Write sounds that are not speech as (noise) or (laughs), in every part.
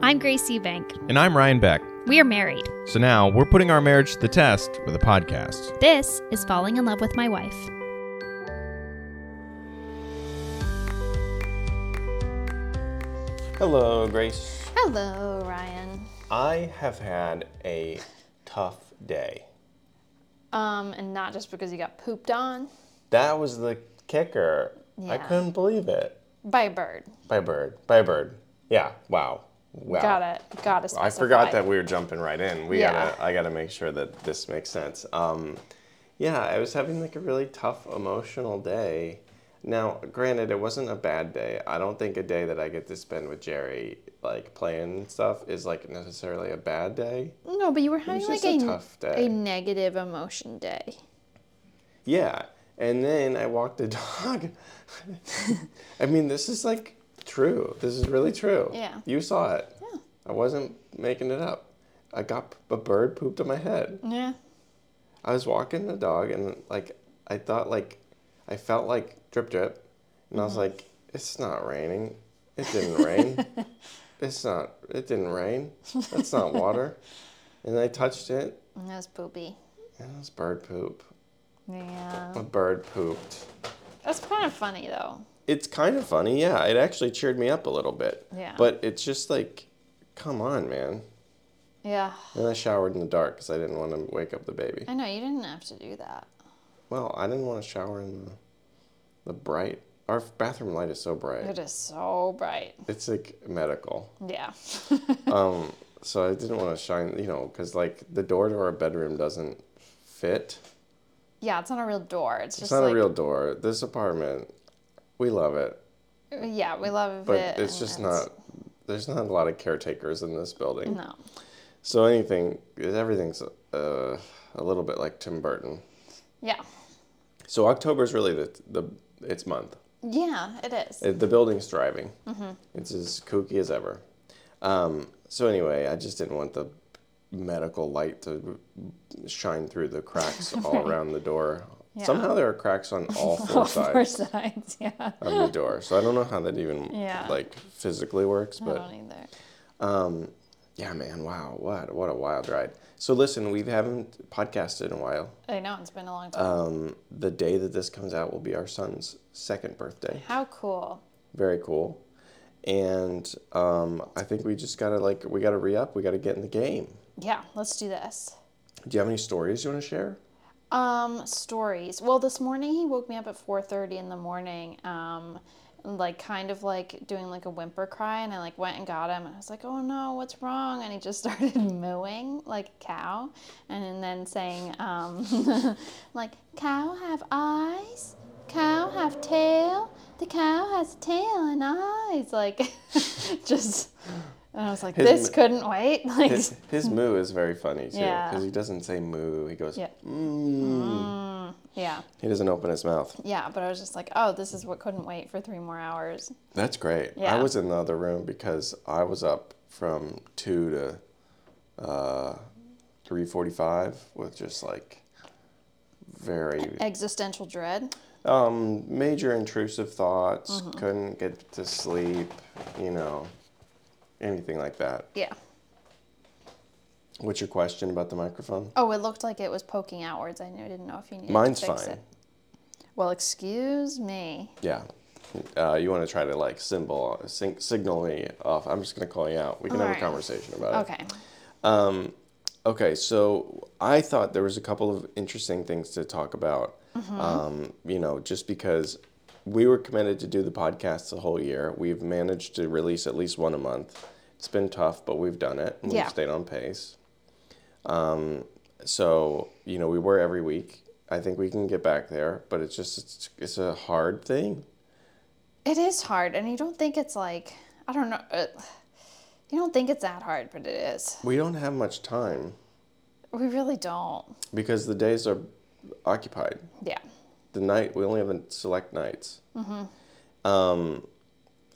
I'm Grace Eubank. And I'm Ryan Beck. We are married. So now we're putting our marriage to the test with a podcast. This is Falling in Love with My Wife. Hello, Grace. Hello, Ryan. I have had a tough day. Um, and not just because you got pooped on That was the kicker. I Yeah. couldn't believe it. by a bird. By a bird. By a bird. Yeah. Wow. Wow. Got it. Got it. I forgot that we were jumping right in. We Yeah. gotta. I gotta make sure that this makes sense. Um, yeah, I was having like a really tough emotional day. Now, granted, it wasn't a bad day. I don't think a day that I get to spend with Jerry, like playing and stuff, is like necessarily a bad day. No, but you were having like just a, a tough day. a negative emotion day. Yeah. And then I walked the (laughs) (laughs) dog. I mean, this is like true. This is really true. Yeah. You saw it. Yeah. I wasn't making it up. I got a bird pooped on my head. Yeah. I was walking the dog and like I thought like I felt like drip drip and I Mm-hmm. was like, It's not raining. It didn't (laughs) rain. it's not it didn't rain. That's not water. and I touched it And that was poopy. and it was bird poop. (laughs) Yeah. A bird pooped. That's kind of funny though. It's kind of funny, yeah. It actually cheered me up a little bit. Yeah. But it's just like, come on, man. Yeah. And I showered in the dark because I didn't want to wake up the baby. I know you didn't have to do that. Well, I didn't want to shower in the, the bright. Our bathroom light is so bright. It is so bright. It's like medical. Yeah. (laughs) Um, so I didn't want to shine, you know, because like the door to our bedroom doesn't fit. yeah, it's not a real door. It's just It's not like a real door. This apartment, we love it, yeah, we love but it. it's and just not. There's not a lot of caretakers in this building. No. So anything, everything's uh, a little bit like Tim Burton. Yeah. So October's really the the its month. Yeah, it is. It, Uh, the building's thriving. Mm-hmm. It's as kooky as ever. Um, so anyway, I just didn't want the medical light to shine through the (laughs) cracks all around the door. Somehow there are cracks on all four (laughs) Four sides sides, yeah. of the door. So I don't know how that even Yeah. like physically works, I but don't e-, either. Um, yeah, man. Wow. What? What a wild ride. So listen, we haven't podcasted in a while. I know it's been a long time. Um, the day that this comes out will be our son's second birthday. How cool. Very cool. And um, I think we just gotta like we gotta re up. We gotta get in the game. Yeah, let's do this. Do you have any stories you want to share? Um, stories. Well, this morning he woke me up at 4:30 in the morning. Um, like kind of like doing like a whimper cry and I like went and got him and I was like, "Oh no, what's wrong?" and he just (laughs) started mooing like a cow and then saying um (laughs) like, "Cow have eyes, cow have tail, the cow has tail and eyes." Like (laughs) just and I was like, His "This m- couldn't wait." (laughs) Like His, his moo is very funny too, Yeah. because he doesn't say moo. He goes, Yeah. mm. yeah. he doesn't open his mouth. Yeah, but I was just like, oh, this is what couldn't wait for three more hours. That's great. I Yeah. was in the other room because I was up from two to uh, three forty-five with just like very Existential dread. um, major intrusive thoughts. Mm-hmm. Couldn't get to sleep. You know, anything like that. Yeah. What's your question about the microphone? Oh, it looked like it was poking outwards. I knew I didn't know if you needed Mine's to fix fine. it. Well, excuse me. Yeah. Uh, you want to try to like symbol sing, signal me off? I'm just gonna call you out. We can have a Alright. conversation about it. Okay. Um, okay, so I thought there was a couple of interesting things to talk about. Um, you know, just because we were committed to do the podcast the whole year, we've managed to release at least one a month. It's been tough, but we've done it. And Yeah. We've stayed on pace. Um, so you know, we were every week. I think we can get back there, but it's just it's, it's a hard thing. It is hard, and you don't think it's like, I don't know. uh you don't think it's that hard, but it is. We don't have much time We really don't. because the days are occupied. Yeah. the night we only have a select nights. Um,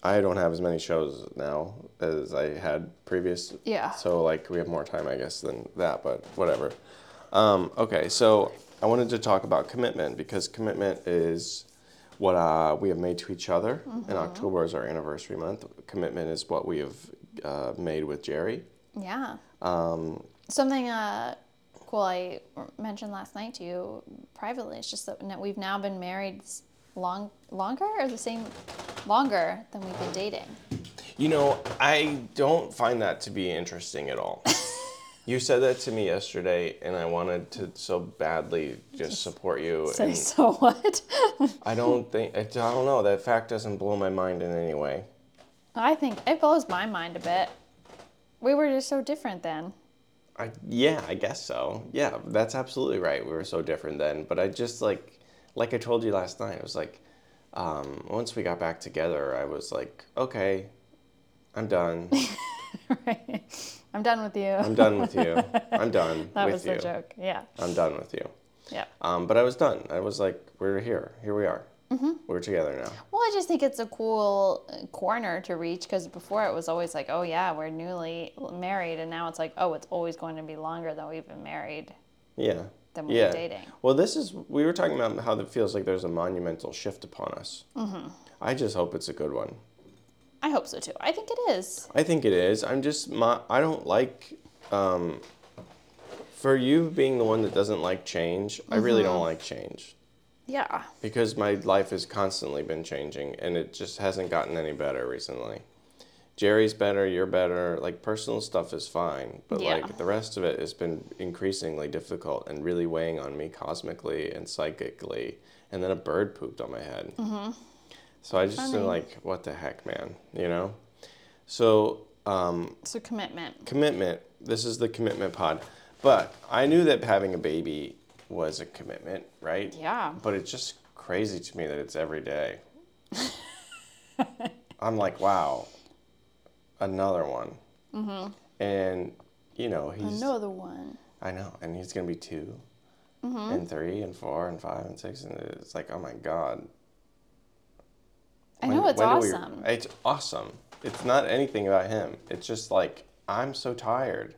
I don't have as many shows now as I had previous. Yeah. So like we have more time, I guess, than that. But whatever. Um, okay, so I wanted to talk about commitment because commitment is what uh, we have made to each other, and October is our anniversary month. Commitment is what we have uh, made with Jerry. Yeah. Um, Something uh, cool I mentioned last night to you privately. It's just that no- we've now been married s- long longer or the same longer than we've been dating. You know, I don't find that to be interesting at (laughs) all. you said that to me yesterday, and I wanted to so badly just support you. So, and (laughs) so what? I don't think I don't know that fact doesn't blow my mind in any way. I think it blows my mind a bit. We were just so different then. (laughs) I yeah, I guess so. Yeah, that's absolutely right. We were so different then, but I just like like I told you last night, I was like um, once we got back together, I was like, okay, I'm done. right. I'm done with you. I'm done with you. I'm done (laughs) that with was you. the joke. Yeah. I'm done with you. Yeah. Um, but I was done. I was like, we're here. Here we are. Mm-hmm. We're together now. Well, I just think it's a cool uh, corner to reach because before it was always like, oh yeah, we're newly married, and now it's like, oh, it's always going to be longer than we've been married. Yeah. Then we were yeah. dating. Well, this is, we were talking about how it feels like there's a monumental shift upon us. Mm-hmm. I just hope it's a good one. I hope so too. I think it is. I think it is. I'm just, my, I don't like, um, for you being the one that doesn't like change, I really Mm-hmm. don't like change Yeah. because my life has constantly been changing and it just hasn't gotten any better recently. Jerry's better, you're better. Like personal stuff is fine, but Yeah. like the rest of it has been increasingly difficult and really weighing on me cosmically and psychically. And then a bird pooped on my head. Mm-hmm. So I just am like, what the heck, man? You know? So So commitment. commitment. This is the commitment pod. But I knew that having a baby was a commitment, right? Yeah. But it's just crazy to me that it's every (laughs) day. I'm like, wow, another one. Mm-hmm. And you know, he's Another one. I know, and he's gonna be 2 Mm-hmm. and three, and four, and five, and six, and it's like, oh my god. I know it's do we- awesome. it's awesome. It's not anything about him. It's just like I'm so tired.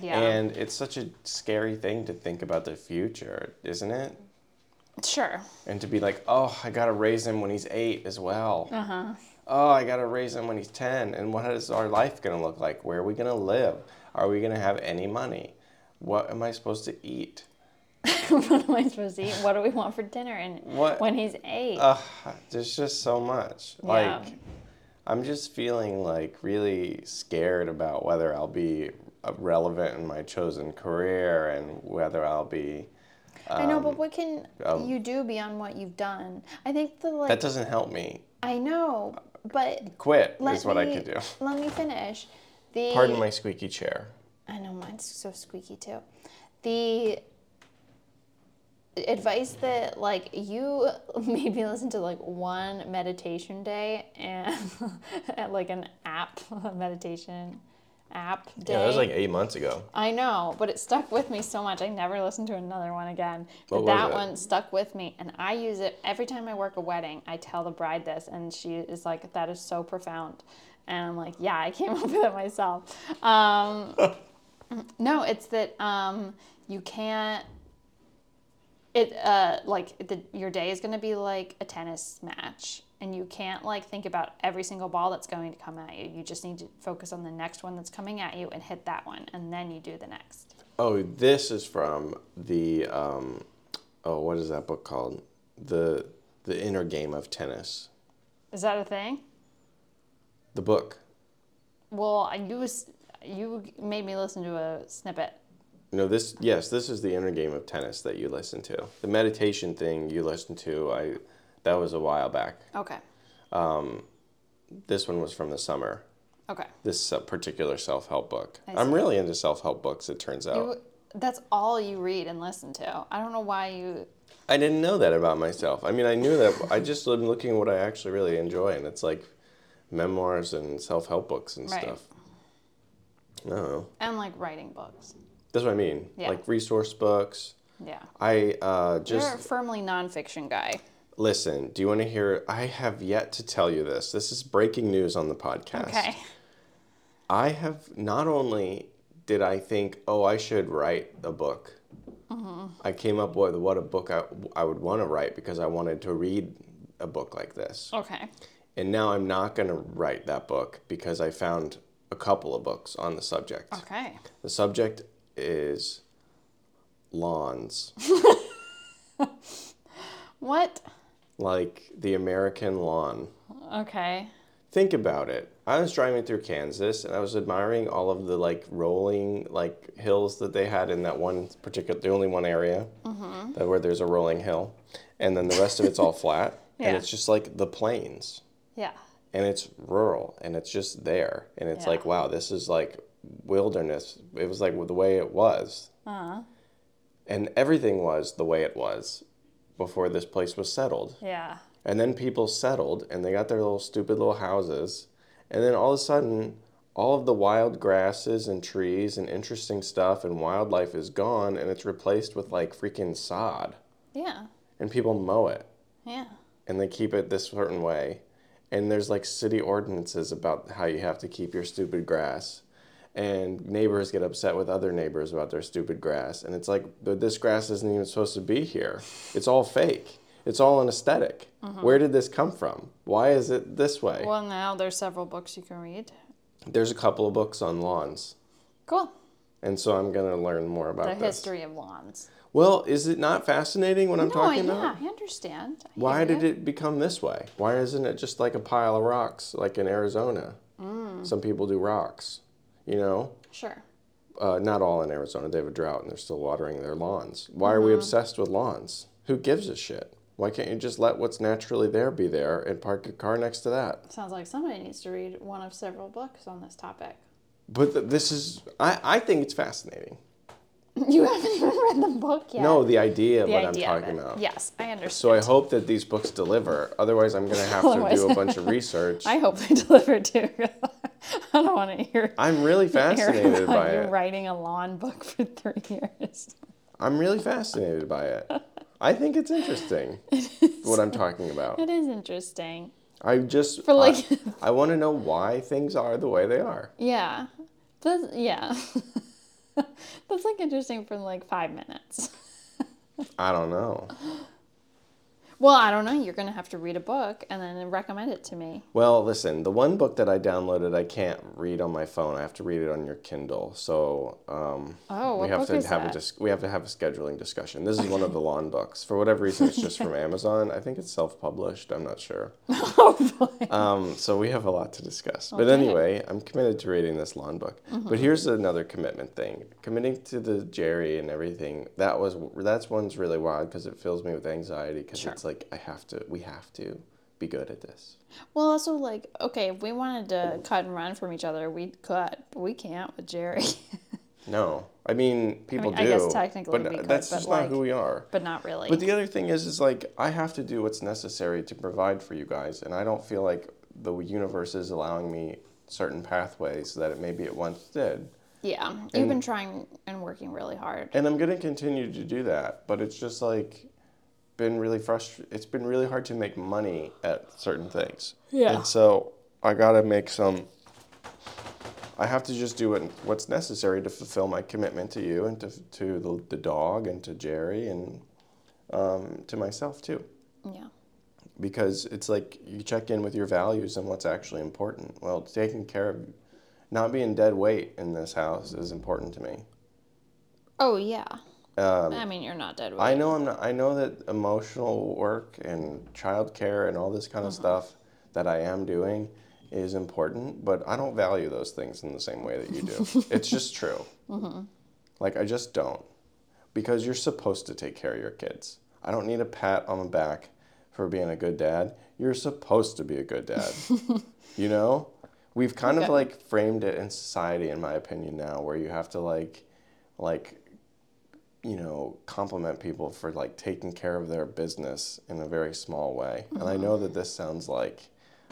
yeah. And it's such a scary thing to think about the future, isn't it? sure. (laughs) And to be like, oh, I gotta raise him when he's eight as well. Uh-huh. Oh, I gotta raise him when he's 10. And what is our life gonna look like? Where are we gonna live? Are we gonna have any money? What am I supposed to eat? what am I supposed to eat? What do we want for dinner? And What- when he's eight. Ugh, there's just so much. Yeah. Like, I'm just feeling like really scared about whether I'll be uh, relevant in my chosen career and whether I'll be. I know, Um, but what can you do beyond what you've done? I think the like. That doesn't help me. I know, but Quit let is what I me- could do. (laughs) Let me finish. The Pardon my squeaky chair. I know mine's so squeaky too. The advice that like you (laughs) maybe listen to like one meditation day and (laughs) at like an app (laughs) a meditation app day. Yeah, that was like eight months ago. I know, but it stuck with me so much. I never listened to another one again. What But was that it? one stuck with me, and I use it every time I work a wedding. I tell the bride this, and she is like, "That is so profound," and I'm like, "Yeah, I came (laughs) up with it myself." (laughs) Um, no, it's that um, you can't. It uh, like the, your day is going to be like a tennis match. And you can't like think about every single ball that's going to come at you. You just need to focus on the next one that's coming at you and hit that one, and then you do the next. Oh, this is from the um, oh, what is that book called? The the Inner Game of Tennis. Is that a thing? The book. Well, I- you was you made me listen to a snippet. No, this yes, this is the Inner Game of Tennis that you listen to. The meditation thing you listen to, I that was a while back. Okay. This one was from the summer. Okay. This uh, particular self help book. I I'm see. really into self help books. It turns out. You, that's all you read and listen to. I don't know why you. I didn't know that about myself. I mean, I knew that. I just am looking at what I actually really enjoy, and it's like memoirs and self help books and Right. stuff. No, And like writing books. that's what I mean. Yeah. Like resource books. Yeah. I uh, You're a just firmly nonfiction guy. listen. Do you want to hear? I have yet to tell you this. This is breaking news on the podcast. Okay. I have not only did I think, oh, I should write a book. Mm-hmm. I came up with what a book I, I would want to write because I wanted to read a book like this. Okay. And now I'm not going to write that book because I found a couple of books on the subject. Okay. The subject is lawns, What? like the American lawn. Okay. Think about it. I was driving through Kansas and I was admiring all of the like rolling like hills that they had in that one particular, the only one area that where there's a rolling hill, and then the rest of it's all flat, Yeah. and it's just like the plains. Yeah. and it's rural and it's just there and it's Yeah. like wow this is like wilderness it was like the way it was uh-huh. and everything was the way it was before this place was settled Yeah. and then people settled and they got their little stupid little houses and then all of a sudden all of the wild grasses and trees and interesting stuff and wildlife is gone and it's replaced with like freaking sod Yeah. and people mow it Yeah. and they keep it this certain way. And there's like city ordinances about how you have to keep your stupid grass. And neighbors get upset with other neighbors about their stupid grass. And it's like, but this grass isn't even supposed to be here. It's all fake. It's all an esthetic Where did this come from? Why is it this way? Mm-hmm. Well, now there's several books you can read. There's a couple of books on lawns. Cool. And so I'm going to learn more about The this. history of lawns. Well, is it not fascinating what I'm No, I, talking about? yeah, I understand. I Why hear did you. it become this way? Why isn't it just like a pile of rocks, like in Arizona? Mm. Some people do rocks, you know? Sure. Uh, not all in Arizona. They have a drought and they're still watering their lawns. Why are Mm-hmm. we obsessed with lawns? Who gives a shit? Why can't you just let what's naturally there be there and park your car next to that? Sounds like somebody needs to read one of several books on this topic. (laughs) But th- this is, I, I think it's fascinating. You haven't even read the book yet. No, the idea of the what idea I'm talking of it. about. Yes, I understand. So I hope that these books deliver. Otherwise, I'm going to (laughs) have to do a Otherwise- bunch of research. I hope they (laughs) deliver too. I don't want to hear. I'm (laughs) really hear fascinated about by you it. writing a lawn book for three (laughs) years. I'm really fascinated by (laughs) it. I think it's interesting what I'm talking about. It is interesting. I just For like- I, want to know why things are the way they are. Yeah, that's yeah. (laughs) that's like interesting for like five minutes. (laughs) I don't know. Well, I don't know. You're gonna have to read a book and then recommend it to me. Well, listen, the one book that I downloaded, I can't read on my phone. I have to read it on your Kindle. So um, Oh, we what have book to is have that? a dis- we have to have a scheduling discussion. This is one (laughs) of the lawn books. For whatever reason, it's just from Amazon. I think it's self-published. I'm not sure. (laughs) Oh boy. Um, so we have a lot to discuss. But anyway, I'm committed to reading this lawn book. Mm-hmm. But here's another commitment thing: committing to the Jerry and everything. That was that's one's really wild because it fills me with anxiety because it's like I have to, we have to be good at this. Well, also like okay, if we wanted to cut and run from each other, we could, but we can't with Jerry. (laughs) No, I mean people mean, I do. guess technically but we could, that's but just like- not who we are. but not really. But the other thing is, is like I have to do what's necessary to provide for you guys, and I don't feel like the universe is allowing me certain pathways that it maybe it once did. yeah, you've been trying and working really hard. and I'm gonna continue to do that. But it's just like been really frustrating. It's been really hard to make money at certain things. Yeah. And so I gotta make some. I have to just do what, what's necessary to fulfill my commitment to you and to to the, the dog and to Jerry and um, to myself too. Yeah. Because it's like you check in with your values and what's actually important. Well, taking care of, not being dead weight in this house is important to me. Oh yeah. Um, I mean, you're not dead. I Weight. know I'm not, I know that emotional work and childcare and all this kind of stuff that I am doing is important, but I don't value those things in the same way that you do. it's just true. Like I just don't, because you're supposed to take care of your kids. I don't need a pat on the back for being a good dad. You're supposed to be a good dad. you know, we've kind of like framed it in society, in my opinion, now where you have to like, like you know, compliment people for like taking care of their business in a very small way. And I know that this sounds like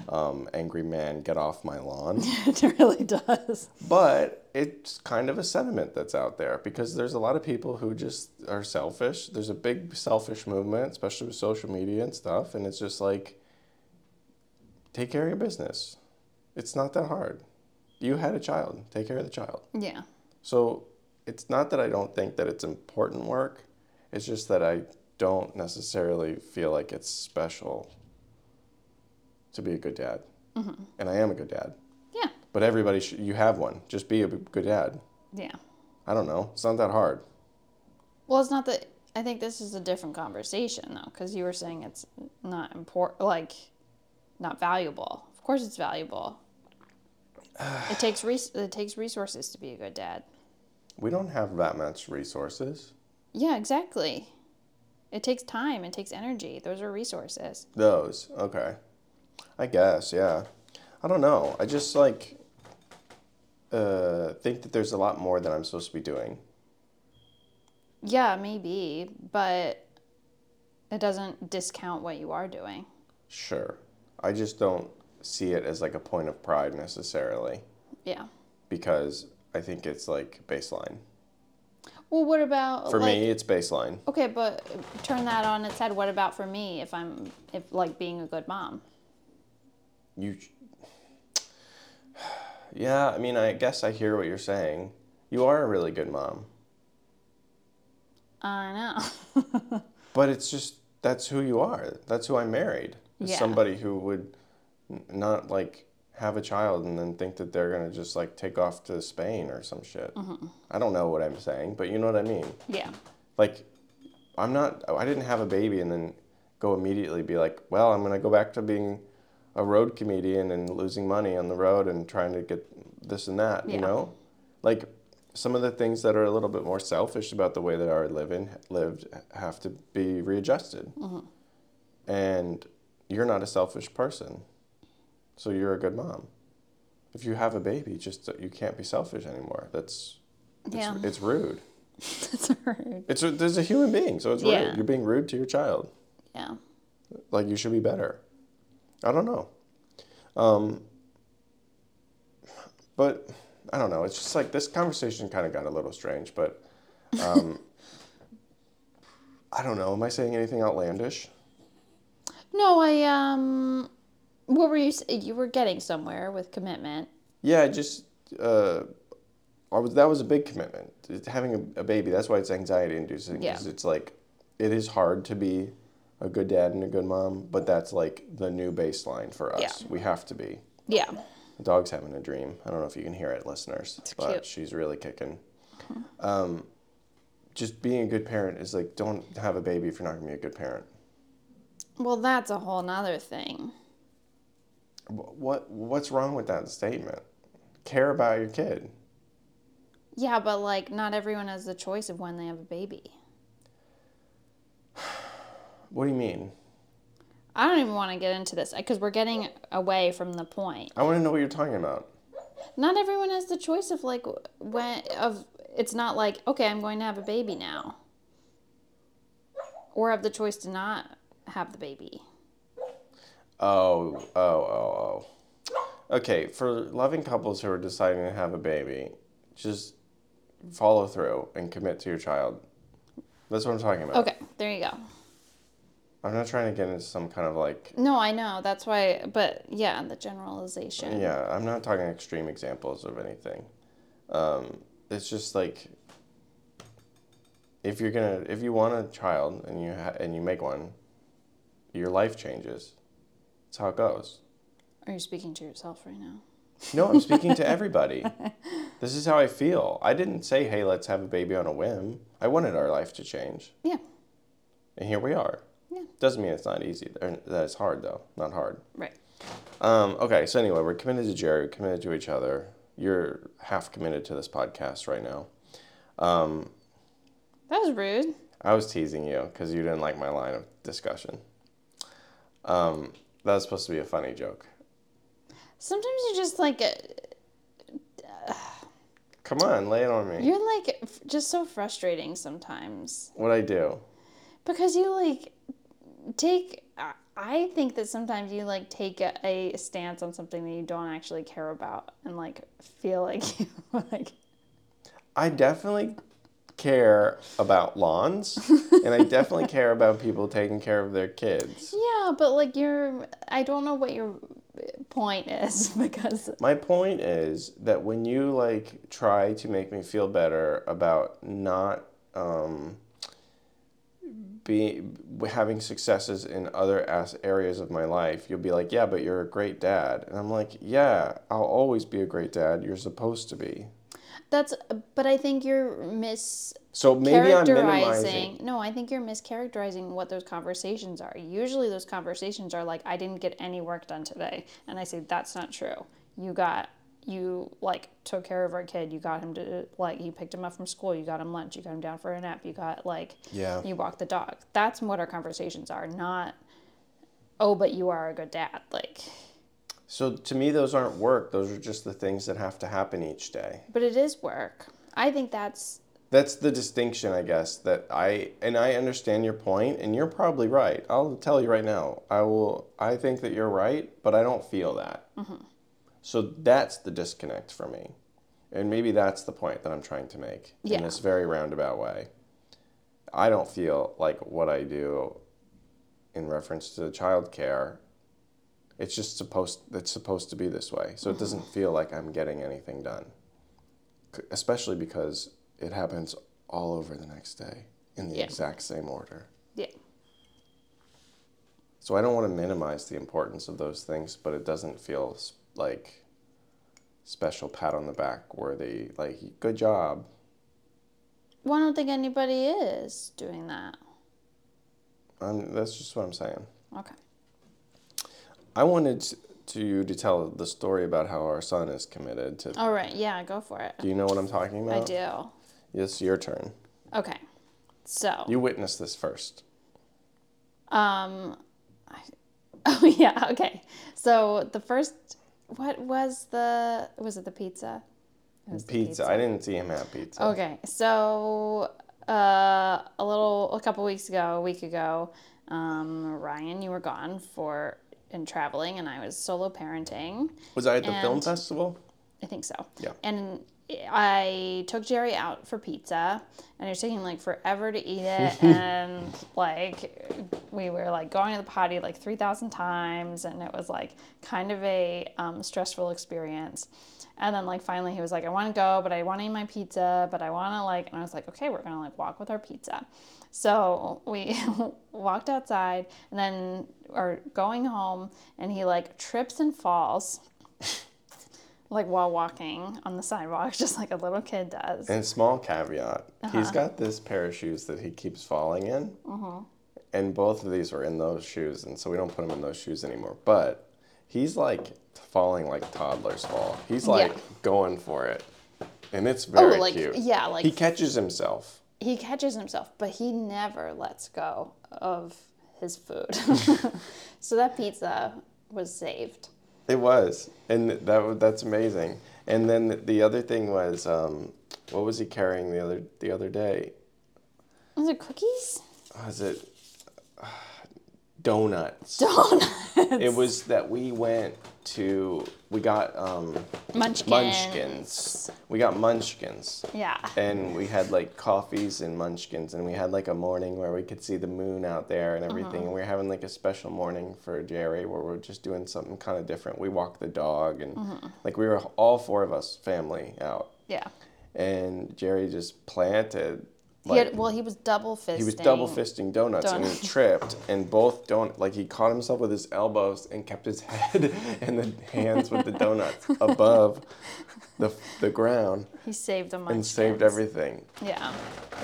um, angry man, get off my lawn, it (laughs) really does. but it's kind of a sentiment that's out there because there's a lot of people who just are selfish. There's a big selfish movement, especially with social media and stuff. And it's just like, take care of your business. It's not that hard. You had a child, take care of the child. Yeah. So it's not that I don't think that it's important work. It's just that I don't necessarily feel like it's special to be a good dad. And I am a good dad. Yeah. But everybody, should, you have one. Just be a good dad. Yeah. I don't know. It's not that hard. Well, it's not that. I think this is a different conversation though, because you were saying it's not important, like not valuable. Of course, it's valuable. it takes res- it takes resources to be a good dad. We don't have that much resources. Yeah, exactly. It takes time. It takes energy. Those are resources. Those. Okay. I guess, yeah. I don't know. I just like uh, think that there's a lot more that I'm supposed to be doing. Yeah, maybe, but it doesn't discount what you are doing. Sure. I just don't see it as like a point of pride necessarily Yeah. because I think it's like baseline. Well, what about For like, me, it's baseline. Okay, but turn that on its head. What about for me if I'm if like being a good mom? You. (sighs) Yeah, I mean, I guess I hear what you're saying. You are a really good mom, I know. (laughs) but it's just that's who you are. That's who I married. Is Yeah. Somebody who would n- not like have a child and then think that they're gonna just like take off to Spain or some shit. Mm-hmm. I don't know what I'm saying, but you know what I mean. yeah. like i'm not i didn't have a baby and then go immediately be like well i'm going to go back to being a road comedian and losing money on the road and trying to get this and that you Yeah. know like some of the things that are a little bit more selfish about the way that our living lived have to be readjusted and you're not a selfish person so you're a good mom if you have a baby just you can't be selfish anymore that's it's, Yeah. it's rude (laughs) That's rude. it's a, there's a human being, so it's Yeah. rude. You're being rude to your child. Yeah. Like you should be better. I don't know. Um, but I don't know. It's just like this conversation kind of got a little strange, but um, (laughs) I don't know. Am I saying anything outlandish? No, I um what were you s- you were getting somewhere with commitment. Yeah, I just uh, I was that was a big commitment. It's having a, a baby. That's why it's anxiety inducing. 'cause Yeah. it's like it is hard to be a good dad and a good mom, but that's like the new baseline for us. Yeah. We have to be. Yeah. The dog's having a dream. I don't know if you can hear it, listeners, but cute. Mm-hmm. she's really kicking. Um, just being a good parent is like don't have a baby if you're not gonna be a good parent. Well, that's a whole nother thing. Wh- What what's wrong with that statement? Care about your kid. Yeah, but like not everyone has the choice of when they have a baby. What do you mean? I don't even want to get into this because we're getting away from the point. I want to know what you're talking about. Not everyone has the choice of like when of it's not like okay, I'm going to have a baby now. Or have the choice to not have the baby. Oh, oh, oh, oh. Okay, for loving couples who are deciding to have a baby, just follow through and commit to your child. That's what I'm talking about. Okay, there you go. I'm not trying to get into some kind of like, No, I know. That's why, but yeah, the generalization. yeah, I'm not talking extreme examples of anything. Um, it's just like, if you're gonna, if you want a child and you ha- and you make one, your life changes. That's how it goes. Are you speaking to yourself right now? No, I'm speaking to everybody. This is how I feel. I didn't say, hey, let's have a baby on a whim. I wanted our life to change. Yeah, And here we are. Yeah. Doesn't mean it's not easy. Or that it's hard, though. Not hard. right. Um, okay, so anyway, we're committed to Jerry, we're committed to each other. You're half committed to this podcast right now. Um, That was rude. I was teasing you because you didn't like my line of discussion. Um, that was supposed to be a funny joke. Sometimes you just like, uh, Come on, lay it on me. you're like f- just so frustrating sometimes What I do? because you like take. I- I think that sometimes you like take a, a stance on something that you don't actually care about and like feel like (laughs) you like. I definitely care about lawns and I definitely care about people taking care of their kids. Yeah, but like you're. I don't know what your point is (laughs) because My point is that when you like try to make me feel better about not um, be having successes in other as areas of my life, you'll be like, "Yeah, but you're a great dad," and I'm like, "Yeah, I'll always be a great dad. You're supposed to be." That's, but I think you're mis. So maybe I'm minimizing. characterizing no i think you're mischaracterizing what those conversations are usually those conversations are like i didn't get any work done today and i say that's not true you got you like took care of our kid you got him to like you picked him up from school you got him lunch you got him down for a nap you got like Yeah. you walked the dog that's what our conversations are not oh but you are a good dad like So to me, those aren't work. Those are just the things that have to happen each day. but it is work i think that's That's the distinction, I guess. That I and I understand your point, and you're probably right. I'll tell you right now. I will. I think that you're right, but I don't feel that. So that's the disconnect for me, and maybe that's the point that I'm trying to make Yeah. in this very roundabout way. I don't feel like what I do in reference to childcare. It's just supposed. It's supposed to be this way, so it doesn't Mm-hmm. feel like I'm getting anything done especially because it happens all over the next day in the Yeah. exact same order. yeah So I don't want to minimize the importance of those things, but it doesn't feel s- like special pat on the back worthy. Like good job. well i don't think anybody is doing that I'm, that's just what I'm saying. okay I wanted t- to you to tell the story about how our son is committed to. all right Oh, yeah go for it Do you know what I'm talking I about? do. It's your turn. Okay. So, You witnessed this first. um, I, (laughs) oh yeah, okay. So the first, what was the, was it the pizza? It was the Pizza. I didn't see him have pizza. Okay, so uh, a little, a couple weeks ago, a week ago, um, Ryan, you were gone for and traveling, and I was solo parenting. Was I at the film And- festival? I think so. Yeah. And I took Jerry out for pizza, and it was taking like forever to eat it, and like we were like going to the potty like three thousand times, and it was like kind of a um, stressful experience. And then like finally he was like, I want to go, but I want to eat my pizza, but I want to like, and I was like, okay, we're gonna like walk with our pizza. So we (laughs) walked outside, and then are going home, and he like trips and falls like while walking on the sidewalk, (laughs) just like a little kid does. And small caveat, Uh-huh. he's got this pair of shoes that he keeps falling in. And both of these were in those shoes, and so we don't put him in those shoes anymore. But he's like falling like toddlers fall. He's like going for it. And it's very Oh, like, cute. yeah, like- he catches himself. He catches himself, but he never lets go of (laughs) his food. (laughs) so that pizza was saved. It was, and that wa- that's amazing. And then the other thing was, um, what was he carrying the other the other day? Was it cookies? (laughs) Was it (sighs) donuts? Donuts. It was that we went to we got um Munchkins. munchkins. We got munchkins. Yeah. And we had like coffees and munchkins and we had like a morning where we could see the moon out there and everything. Uh-huh. And we were having like a special morning for Jerry where we're just doing something kind of different. We walked the dog and Uh-huh. like we were all four of us family out. Yeah. And Jerry just planted He had, well, he was double fisting. he was double fisting donuts and he Donuts. tripped and both don't like he caught himself with his elbows and kept his head (laughs) and the hands with the (laughs) donuts above the the ground He saved the munchkins. and saved everything. Yeah.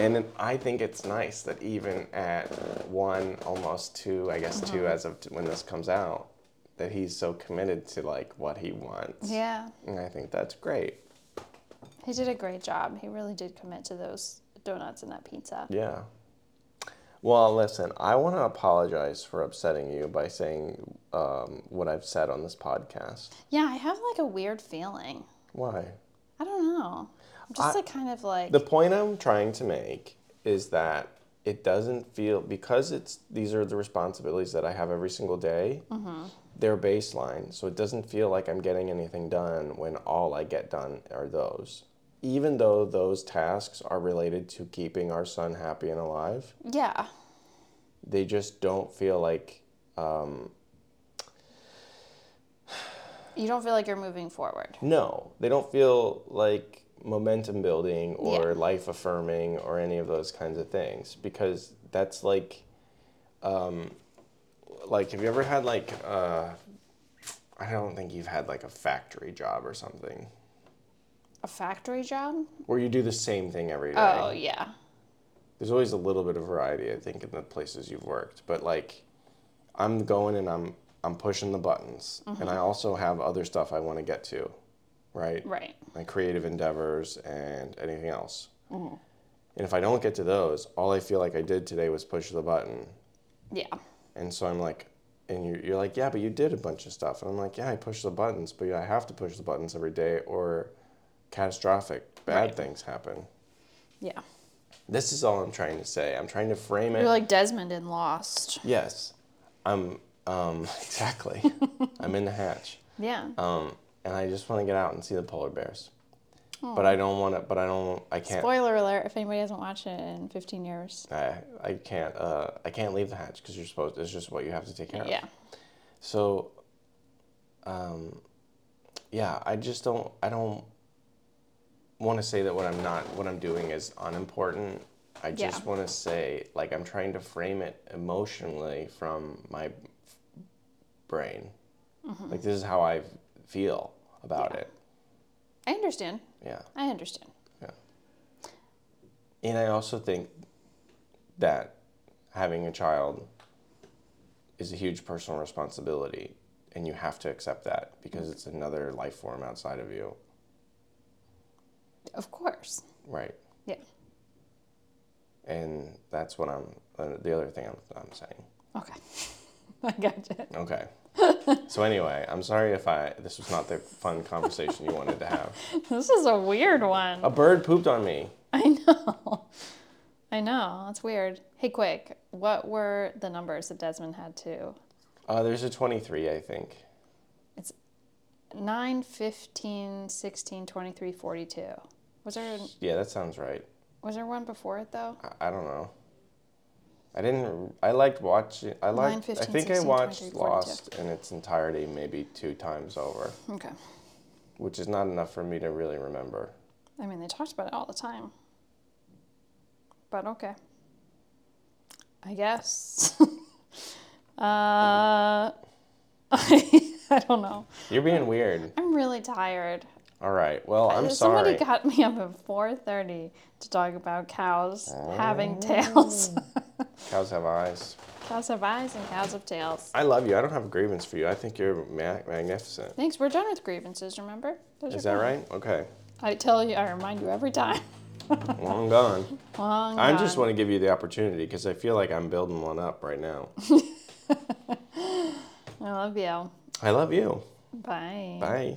And it- I think it's nice that even at one, almost two, I guess Uh-huh. two as of t- when this comes out, that he's so committed to like what he wants. Yeah. And I think that's great. He did a great job. He really did commit to those donuts and that pizza. Yeah. Well, listen, I want to apologize for upsetting you by saying um, what I've said on this podcast. Yeah, I have like a weird feeling. Why? I don't know. I'm just like kind of like The point I'm trying to make is that it doesn't feel because it's these are the responsibilities that I have every single day. They're baseline, so it doesn't feel like I'm getting anything done when all I get done are those. Even though those tasks are related to keeping our son happy and alive, yeah. they just don't feel like You don't feel like you're moving forward. No, they don't feel like momentum building or Yeah. life affirming or any of those kinds of things because that's like um, like have you ever had like uh I don't think you've had like a factory job or something A factory job? where you do the same thing every day. Oh, yeah. There's always a little bit of variety, I think, in the places you've worked. But like, I'm going and I'm I'm pushing the buttons, Mm-hmm. and I also have other stuff I want to get to, right? Right. my creative endeavors and anything else. And if I don't get to those, all I feel like I did today was push the button. Yeah. And so I'm like, and you're, you're like, yeah, but you did a bunch of stuff. And I'm like, yeah, I pushed the buttons, but I have to push the buttons every day or catastrophic bad things happen. Yeah. This is all I'm trying to say. I'm trying to frame it. You're like Desmond in Lost. yes, I'm, um, (laughs) exactly. I'm in the hatch. Yeah. Um, and I just want to get out and see the polar bears. But I don't want to, but I don't, I can't. Spoiler alert if anybody hasn't watched it in 15 years. I, I can't uh, I can't leave the hatch because you're supposed it's just what you have to take care of. Yeah. So, um, yeah, I just don't I don't want to say that what I'm not what I'm doing is unimportant. I Yeah. just want to say like I'm trying to frame it emotionally from my brain. Mm-hmm. Like this is how I feel about it. I understand. Yeah. I understand. And I also think that having a child is a huge personal responsibility, and you have to accept that because it's another life form outside of you. Of course. Right. Yeah. And that's what I'm, uh, the other thing I'm, I'm saying. Okay. (laughs) I gotcha. Okay. so, anyway, I'm sorry if I, this was not the fun conversation you wanted to have. (laughs) This is a weird one. A bird pooped on me. I know. (laughs) I know. That's weird. Hey, quick. What were the numbers that Desmond had to? Uh, there's a 23, I think. 9, 15, 16, 23, 42. Was there, Yeah, that sounds right. was there one before it, though? I- I don't know. I didn't. I liked watching. I liked. 15, I think 16, I watched 23, 42. Lost in its entirety maybe two times over, Okay. which is not enough for me to really remember. I mean, they talked about it all the time. But okay. I guess. (laughs) uh, (laughs) I, I don't know. You're being weird. I'm really tired. Uh, All right. Well, I'm Somebody sorry. got me up at 4:30 to talk about cows Oh. having tails. (laughs) Cows have eyes. cows have eyes and cows have tails. I love you. I don't have a grievance for you. I think you're ma- magnificent. Thanks. We're done with grievances. Remember? Those Is are that right? gone. Okay. I tell you. I remind you (laughs) every time. Long (laughs) gone. Long I just gone. want to give you the opportunity because I feel like I'm building one up right now. I love you. I love you. Bye. Bye.